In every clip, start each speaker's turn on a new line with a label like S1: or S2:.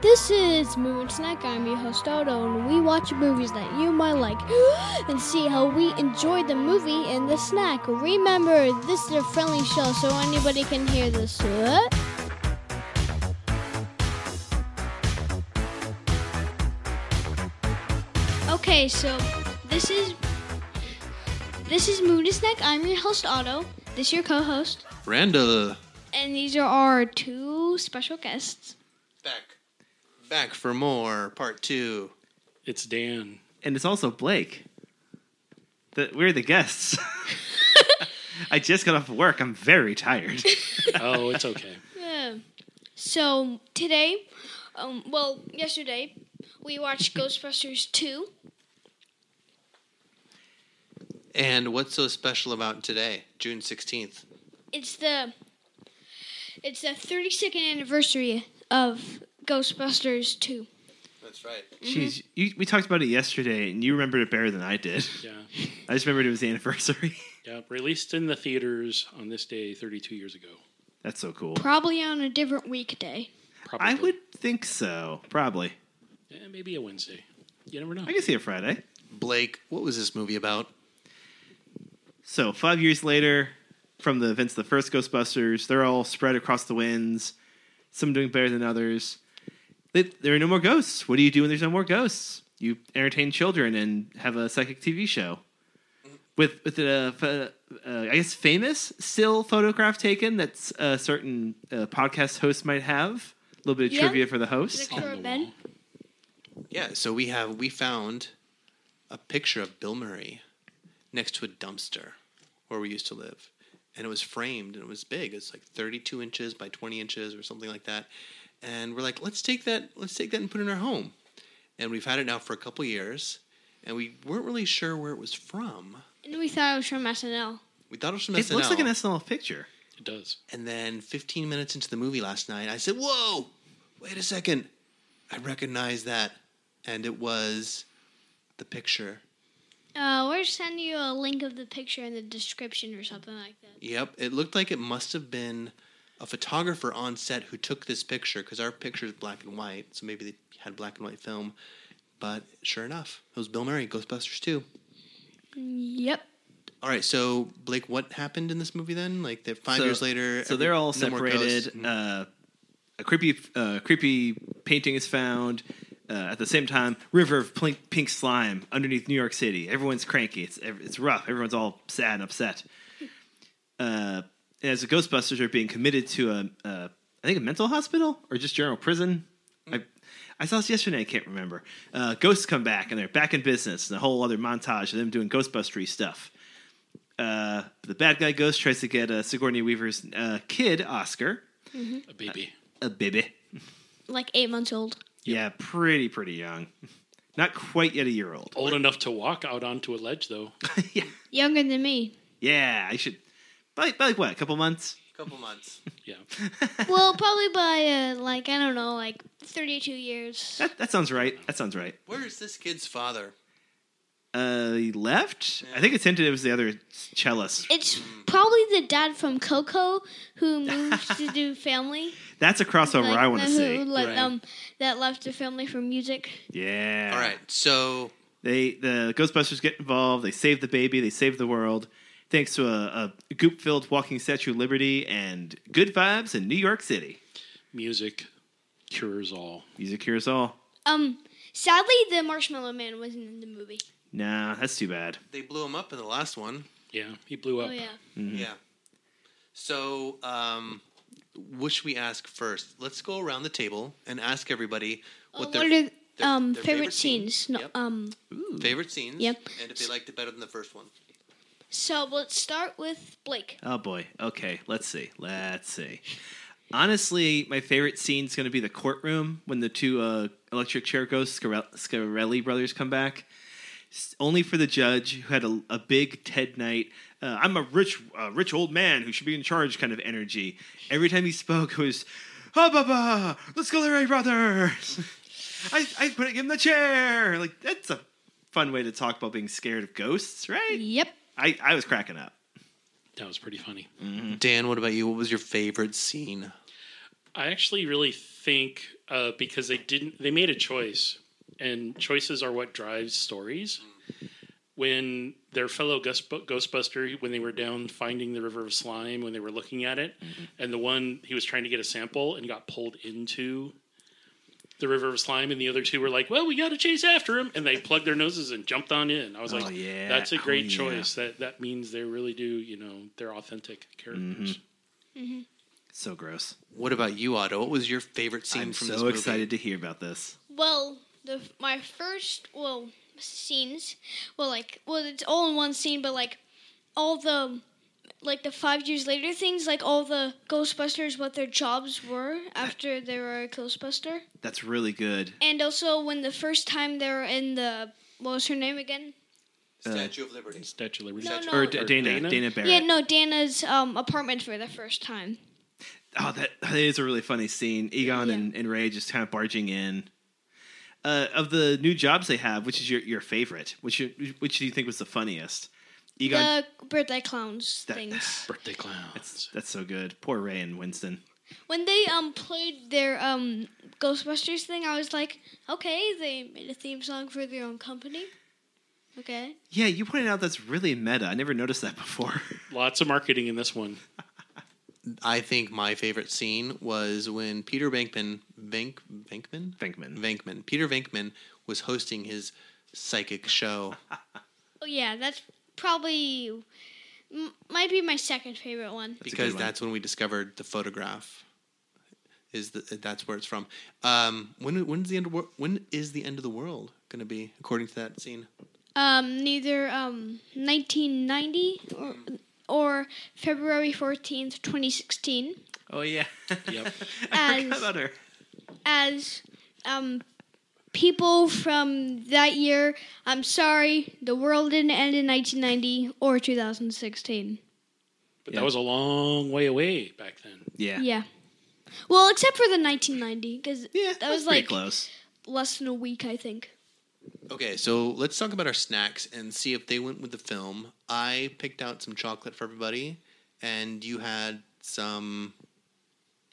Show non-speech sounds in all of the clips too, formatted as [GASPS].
S1: This is Moon Snack. I'm your host Odo, and we watch movies that you might like [GASPS] and see how we enjoy the movie and the snack. Remember, this is a friendly show, so anybody can hear this. What? Okay, so this is this is Moon Snack. I'm your host Otto. This is your co-host,
S2: Randa
S1: and these are our two special guests.
S2: back back for more part 2.
S3: It's Dan.
S4: and it's also Blake. The, we're the guests. I just got off of work. I'm very tired.
S3: Oh, it's okay. [LAUGHS]
S1: Yeah. So today, um, well, yesterday, we watched Ghostbusters 2.
S2: And what's so special about today, June 16th?
S1: It's the it's the 32nd anniversary of Ghostbusters 2.
S2: That's right.
S4: Jeez, you, we talked about it yesterday, and you remembered it better than I did.
S3: Yeah.
S4: I just remembered it was the anniversary.
S3: Yeah. Released in the theaters on this day 32 years ago.
S4: That's so cool.
S1: Probably on a different weekday.
S3: Probably.
S4: I would think so. Probably.
S3: Yeah, maybe a Wednesday. You never know.
S4: I can see it Friday.
S2: Blake, what was this movie about?
S4: So five years later, from the events of the first Ghostbusters, they're all spread across the winds. Some doing better than others. They, there are no more ghosts. What do you do when there's no more ghosts? You entertain children and have a psychic TV show. With with a, pho- uh, I guess famous still photograph taken that's a certain uh, podcast host might have. A little bit of
S1: Yeah.
S4: trivia for the host.
S1: Next door,
S3: the
S1: Ben.
S3: wall.
S2: Yeah, so we have we found a picture of Bill Murray next to a dumpster where we used to live. And it was framed and it was big. It's like 32 inches by 20 inches or something like that. And we're like, let's take that, let's take that and put it in our home. And we've had it now for a couple years and we weren't really sure where it was from.
S1: And we thought it was from SNL.
S2: We thought it was from
S4: It
S2: SNL.
S4: looks like an SNL picture.
S3: It does.
S2: And then 15 minutes into the movie last night, I said, Whoa, wait a second. I recognize that. And it was the picture.
S1: Uh, we're sending you a link of the picture in the description or something like that.
S2: Yep, it looked like it must have been a photographer on set who took this picture because our picture is black and white. So maybe they had black and white film. But sure enough, it was Bill Murray, Ghostbusters 2.
S1: Yep.
S2: All right, so Blake, what happened in this movie then? Like that five
S4: So-
S2: years later,
S4: So
S2: every-
S4: they're all
S2: no more ghosts. Mm-hmm.
S4: separated. Uh, a creepy, uh, creepy painting is found. Uh, at the same time, river of pink, pink slime underneath New York City. Everyone's cranky. It's ev- it's rough. Everyone's all sad and upset. Uh, and as the Ghostbusters are being committed to a, uh, I think a mental hospital or just general prison. I I saw this yesterday. I can't remember. Uh, ghosts come back and they're back in business. And a whole other montage of them doing Ghostbustery stuff uh, the bad guy ghost tries to get uh, Sigourney Weaver's uh, kid Oscar,
S3: A baby.
S4: a baby.
S1: Like eight months old.
S4: Yeah, pretty pretty young, [LAUGHS] not quite yet a year old. [LAUGHS]
S3: Old enough to walk out onto a ledge, though.
S4: yeah,
S1: Younger than me.
S4: yeah. I should. By, by like what? A couple months. [LAUGHS]
S2: couple months.
S3: Yeah.
S1: well, probably by, uh, like, I don't know, like 32 years.
S4: That that sounds right. That sounds right.
S2: Where is this kid's father?
S4: Uh, he left. I think it's hinted it was the other cellist.
S1: It's
S2: Hmm.
S1: probably the dad from Coco who moved to
S2: [LAUGHS]
S1: do family.
S4: That's a crossover
S1: Like,
S4: I want to
S1: who,
S4: see.
S1: Like,
S3: Right.
S1: um, that left the family for music.
S4: Yeah.
S2: All right, so
S4: They the Ghostbusters get involved. They save the baby. They save the world. Thanks to a, a goop-filled walking Statue of Liberty and good vibes in New York City.
S3: Music cures all.
S4: Music cures all.
S1: Um, sadly, the Marshmallow Man wasn't in the movie.
S4: Nah, that's too bad.
S2: they blew him up in the last one.
S3: Yeah. He blew up.
S1: Oh yeah,
S4: Mm-hmm.
S2: Yeah. So, um, what should we ask first? Let's go around the table and ask everybody
S1: what,
S2: what
S1: uh,
S2: their,
S1: what are
S2: their-
S1: um
S2: their
S1: favorite, scenes? No,
S2: Yep.
S1: Um,
S2: favorite scenes,
S1: Yep.
S2: and if they liked it better than the first one.
S1: so let's start with Blake.
S4: Oh boy. Okay, let's see. Let's see. Honestly, my favorite scene's going to be the courtroom when the two uh, electric chair ghosts, Scar- Scarelli brothers, come back. S- Only for the judge who had a, a big Ted Knight, uh, I'm a rich, uh, rich old man who should be in charge kind of energy. Every time he spoke, it was, "Ah, bah, bah, let's go, Larry Brothers. [LAUGHS] I, I put it in the chair. Like that's a fun way to talk about being scared of ghosts, right?
S1: Yep.
S4: I, I was cracking up.
S3: That was pretty funny.
S4: Mm.
S2: Dan, what about you? What was your favorite scene?
S3: I actually really think uh, because they didn't. They made a choice, and choices are what drives stories. When their fellow ghost, Ghostbuster, when they were down finding the river of slime, when they were looking at it,
S4: Mm-hmm.
S3: and the one he was trying to get a sample and got pulled into the river of slime, and the other two were like, "Well, we got to chase after him," and they plugged their noses and jumped on in. I was
S4: Oh,
S3: like,
S4: yeah.
S3: "That's a
S4: Oh,
S3: great
S4: yeah.
S3: choice. That that means they really do. You know, they're authentic
S4: Mm-hmm.
S3: characters."
S4: So gross.
S2: What about you, Otto? What was your favorite scene
S4: I'm
S2: from
S4: so
S2: this movie?
S4: excited to hear about this.
S1: Well, the my first well scenes, well like well it's all in one scene, but like all the like the five years later things, like all the Ghostbusters, what their jobs were after they were a Ghostbuster,
S4: That's really good.
S1: and also when the first time they were in the what was her name again?
S4: uh,
S2: Statue of Liberty.
S3: Statue of Liberty.
S1: No, no.
S4: Or D-
S3: Or
S4: Dana, Dana,
S3: Dana?
S4: Barrett.
S1: Yeah, no, Dana's um, apartment for the first time.
S4: Oh, that, that is a really funny scene. Egon
S1: Yeah.
S4: and, and Ray just kind of barging in. Uh, of the new jobs they have, which is your, your favorite? Which you- which do you think was the funniest? Egon,
S1: The birthday clowns
S4: That-
S1: things.
S3: Birthday clowns.
S4: that's so good. Poor Ray and Winston.
S1: When they um played their um Ghostbusters thing, I was like, okay, they made a theme song for their own company. Okay.
S4: Yeah, you pointed out that's really meta. I never noticed that before. [LAUGHS]
S3: Lots of marketing in this one.
S2: I think my favorite scene was when Peter Venkman, Venk, Venkman,
S4: Venkman.
S2: Venkman, Peter Venkman was hosting his psychic show.
S1: Oh yeah, that's probably m- might be my second favorite one.
S4: a good
S2: because
S4: one.
S2: that's when we discovered the photograph. Is the, that's where it's from? Um, when when's the end? Of, wor- when is the end of the world going to be? According to that scene,
S1: Um, neither um 1990 or or February 14th, 2016,
S4: Oh [LAUGHS] yeah.
S3: Yep.
S4: I
S1: As-
S4: forgot about her.
S1: as um people from that year. I'm sorry, the world didn't end in 1990 or 2016.
S3: But
S4: Yeah.
S3: that was a long way away back then.
S4: Yeah.
S1: Yeah. Well, except for the 1990, because
S4: Yeah,
S1: that was
S4: pretty
S1: like
S4: close.
S1: less than a week, I think.
S2: Okay, so let's talk about our snacks and see if they went with the film. I picked out some chocolate for everybody, and you had some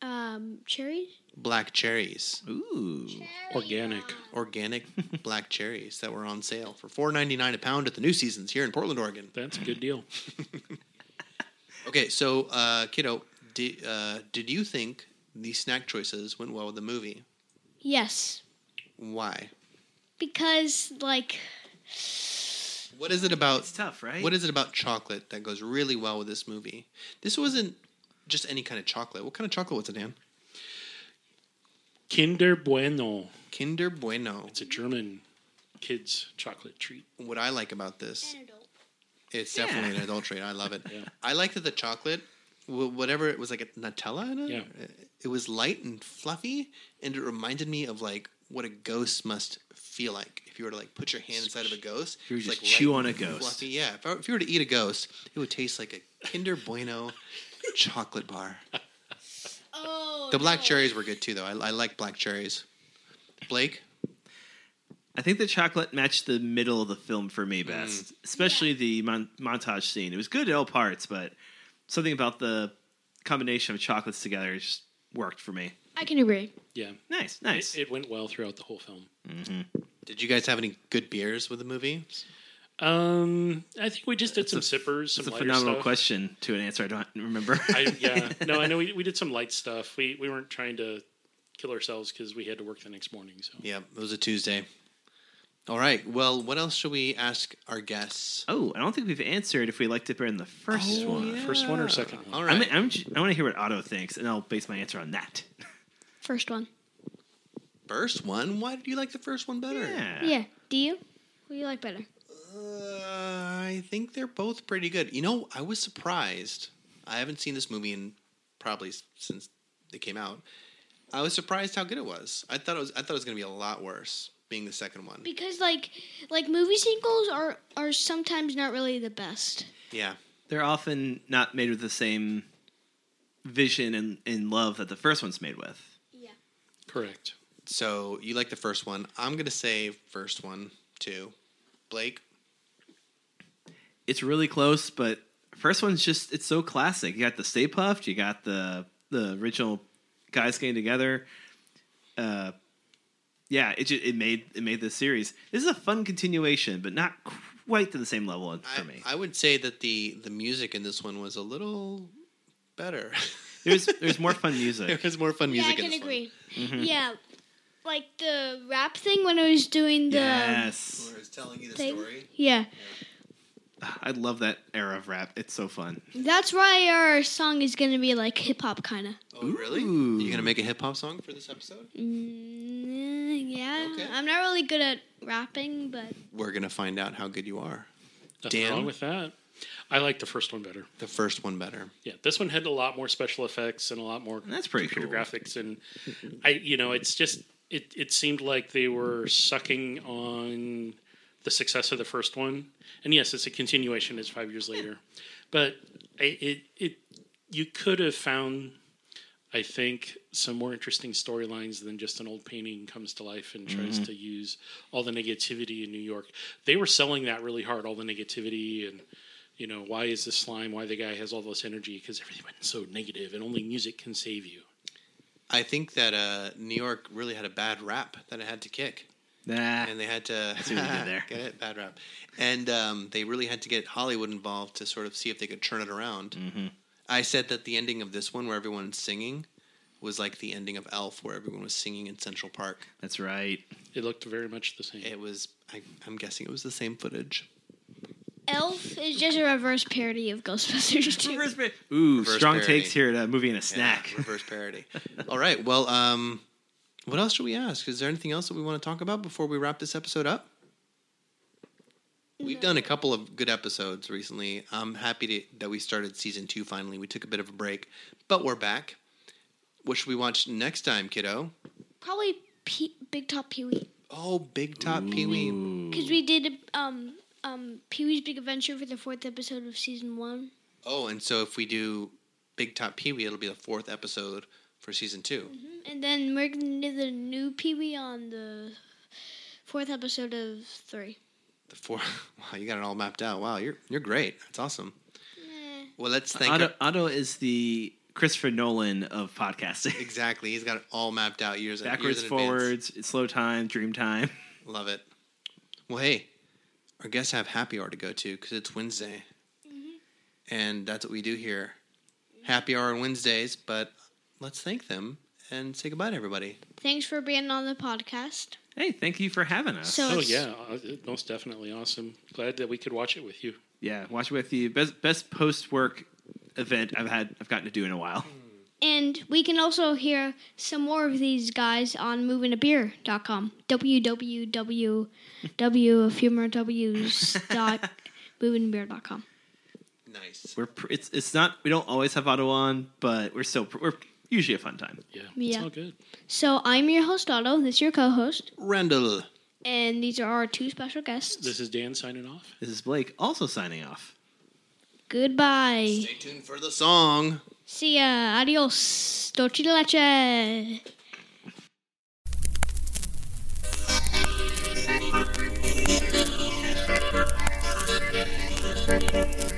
S1: Um, cherry.
S2: black cherries,
S4: Ooh.
S3: Organic.
S4: [LAUGHS]
S2: organic black cherries that were on sale for four ninety nine a pound at the New Seasons here in Portland, Oregon.
S3: That's a good deal.
S2: Okay, so uh, kiddo, did uh, did you think the snack choices went well with the movie?
S1: Yes,
S2: Why?
S1: because like
S2: What is it about?
S4: It's tough, right?
S2: What is it about chocolate that goes really well with this movie? This wasn't just any kind of chocolate. What kind of chocolate was it, Dan?
S3: Kinder Bueno.
S2: Kinder Bueno.
S3: It's a German kids chocolate treat.
S2: What I like about this, it's
S4: Yeah.
S2: definitely an adulterate. I [LAUGHS] love it.
S3: Yeah.
S2: I like that the chocolate, wh- whatever it was, like a Nutella in it.
S3: Yeah.
S2: It was light and fluffy, and it reminded me of like what a ghost must feel like. If you were to like put your hand inside of a ghost,
S4: You were
S2: it's,
S4: just
S2: like,
S4: chew
S2: light
S4: on a
S2: and
S4: ghost.
S2: Fluffy. Yeah. If, I, if you were to eat a ghost, it would taste like a Kinder [LAUGHS] Bueno chocolate bar.
S1: Oh,
S2: The black cherries were good too, though. I, I like black cherries. Blake,
S4: I think the chocolate matched the middle of the film for
S3: Mm.
S4: me best, especially the mon- montage scene. It was good at all parts, but something about the combination of chocolates together just worked for me.
S1: I can agree.
S3: Yeah.
S4: Nice, nice.
S3: It, it went well throughout the whole film.
S2: did you guys have any good beers with the movie?
S3: Um, I think we just did some sippers, some
S4: That's a
S3: lighter
S4: phenomenal
S3: stuff.
S4: question to an answer I don't remember.
S3: [LAUGHS] I,
S4: [LAUGHS]
S3: yeah. No, I know we, we did some light stuff. We we weren't trying to kill ourselves because we had to work the next morning. So
S2: Yeah, it was a Tuesday. All right. Well, what else should we ask our guests?
S4: oh, I don't think we've answered if we liked it better than the first
S3: Oh,
S4: one.
S3: first one or second one?
S2: All
S4: Oh, I'm,
S2: right.
S4: I'm, ju- I want to hear what Otto thinks, and I'll base my answer on that.
S1: First one.
S2: First one. Why did you like the first one better?
S4: Yeah.
S1: Yeah. Do you? Who do you like better?
S2: Uh, I think they're both pretty good. You know, I was surprised. I haven't seen this movie in probably s- since it came out. I was surprised how good it was. I thought it was. I thought it was going to be a lot worse, being the second one.
S1: Because like like movie sequels are are sometimes not really the best.
S2: Yeah.
S4: They're often not made with the same vision and, and love that the first one's made with.
S1: Yeah.
S3: Correct.
S2: So you like the first one. I'm gonna say first one too. Blake.
S4: it's really close, but first one's just it's so classic. You got the Stay Puffed, you got the the original guys getting together. uh, yeah, it just, it made it made this series. This is a fun continuation, but not quite to the same level
S2: I,
S4: for me.
S2: I would say that the the music in this one was a little better. [LAUGHS]
S4: there's there's more fun music.
S2: there was more fun
S1: Yeah,
S2: music.
S1: I can
S2: in this one.
S1: agree. Yeah, like the rap thing when I was doing the
S4: yes,
S2: Where it's telling you the
S1: thing.
S2: story.
S1: Yeah,
S4: I love that era of rap. It's so fun.
S1: that's why our song is gonna be like hip hop kind of.
S2: Oh, really?
S4: Ooh.
S2: You gonna make a hip hop song for this episode?
S1: Mm, yeah,
S2: Okay.
S1: I'm not really good at rapping, but
S2: We're gonna find out how good you are.
S3: Nothing
S2: Dan?
S3: wrong with that. I like the first one better.
S2: The first one better.
S3: Yeah, this one had a lot more special effects and a lot more
S4: That's pretty
S3: computer
S4: cool.
S3: graphics, and I, you know, it's just it. It seemed like they were sucking on the success of the first one, and yes, it's a continuation. It's five years later, but it it, it you could have found. I think some more interesting storylines than just an old painting comes to life and tries
S4: Mm-hmm.
S3: to use all the negativity in New York. They were selling that really hard, all the negativity and you know why is this slime? Why the guy has all this energy? Because everyone's so negative, and only music can save you.
S2: I think that uh, New York really had a bad rap that it had to kick,
S4: Nah,
S2: and they had
S4: [LAUGHS]
S2: to
S4: see what you did there.
S2: [LAUGHS] get it bad rap, and um, they really had to get Hollywood involved to sort of see if they could turn it around.
S4: Mm-hmm.
S2: I said that the ending of this one, where everyone's singing, was like the ending of Elf, where everyone was singing in Central Park.
S4: that's right.
S3: It looked very much the same.
S2: It was, I, I'm guessing, it was the same footage.
S1: Elf is just a reverse parody of Ghostbusters 2.
S4: Reverse par- Ooh,
S2: Reverse
S4: strong
S2: parody.
S4: takes here at a movie and a
S2: Yeah,
S4: snack. [LAUGHS]
S2: reverse parody. All right. Well, um, what else should we ask? Is there anything else that we want to talk about before we wrap this episode up? We've done a couple of good episodes recently. I'm happy to, that we started season two finally. We took a bit of a break, but we're back. What should we watch next time, kiddo?
S1: Probably Pe- Big Top Pee Wee
S2: Oh, Big Top Pee Wee.
S4: Hmm.
S1: because we did um um Pee Wee's Big Adventure for the fourth episode of season one.
S2: Oh, and so if we do Big Top Pee Wee, it'll be the fourth episode for season 2
S1: And then we're gonna do the new Pee Wee on the fourth episode of three.
S2: The four. [LAUGHS] Wow, you got it all mapped out. Wow, you're you're great. That's awesome.
S1: Eh,
S2: Well, let's thank.
S4: Otto,
S2: our-
S4: Otto is the Christopher Nolan
S2: [LAUGHS]
S4: of podcasting.
S2: Exactly. He's got it all mapped out years in- years
S4: Backwards,
S2: in advance.
S4: forwards, slow time, dream time. [LAUGHS]
S2: Love it. Well, hey, our guests have happy hour to go to because it's Wednesday, and that's what we do here. Happy hour on Wednesdays, but let's thank them and say goodbye to everybody.
S1: thanks for being on the podcast.
S4: Hey, thank you for having us.
S1: So
S3: Oh
S1: it's-
S3: yeah, uh, it- most definitely awesome. Glad that we could watch it with you.
S4: yeah, watch with you. Best best post work event I've had I've gotten to do in a while.
S1: And we can also hear some more of these guys on movingabeer.com. www. a few more W's dot movingabeer.com.
S2: Nice.
S4: We're pr- it's it's not we don't always have Otto on, but we're still pr- we're usually a fun time.
S3: Yeah, it's
S1: Yeah.
S3: all good.
S1: So I'm your host, Otto. This is your co host.
S2: Randall.
S1: And these are our two special guests.
S3: This is Dan signing off.
S4: This is Blake also signing off.
S1: Goodbye.
S2: Stay tuned for the song.
S1: See ya. Adios. Dolce de leche. Oh,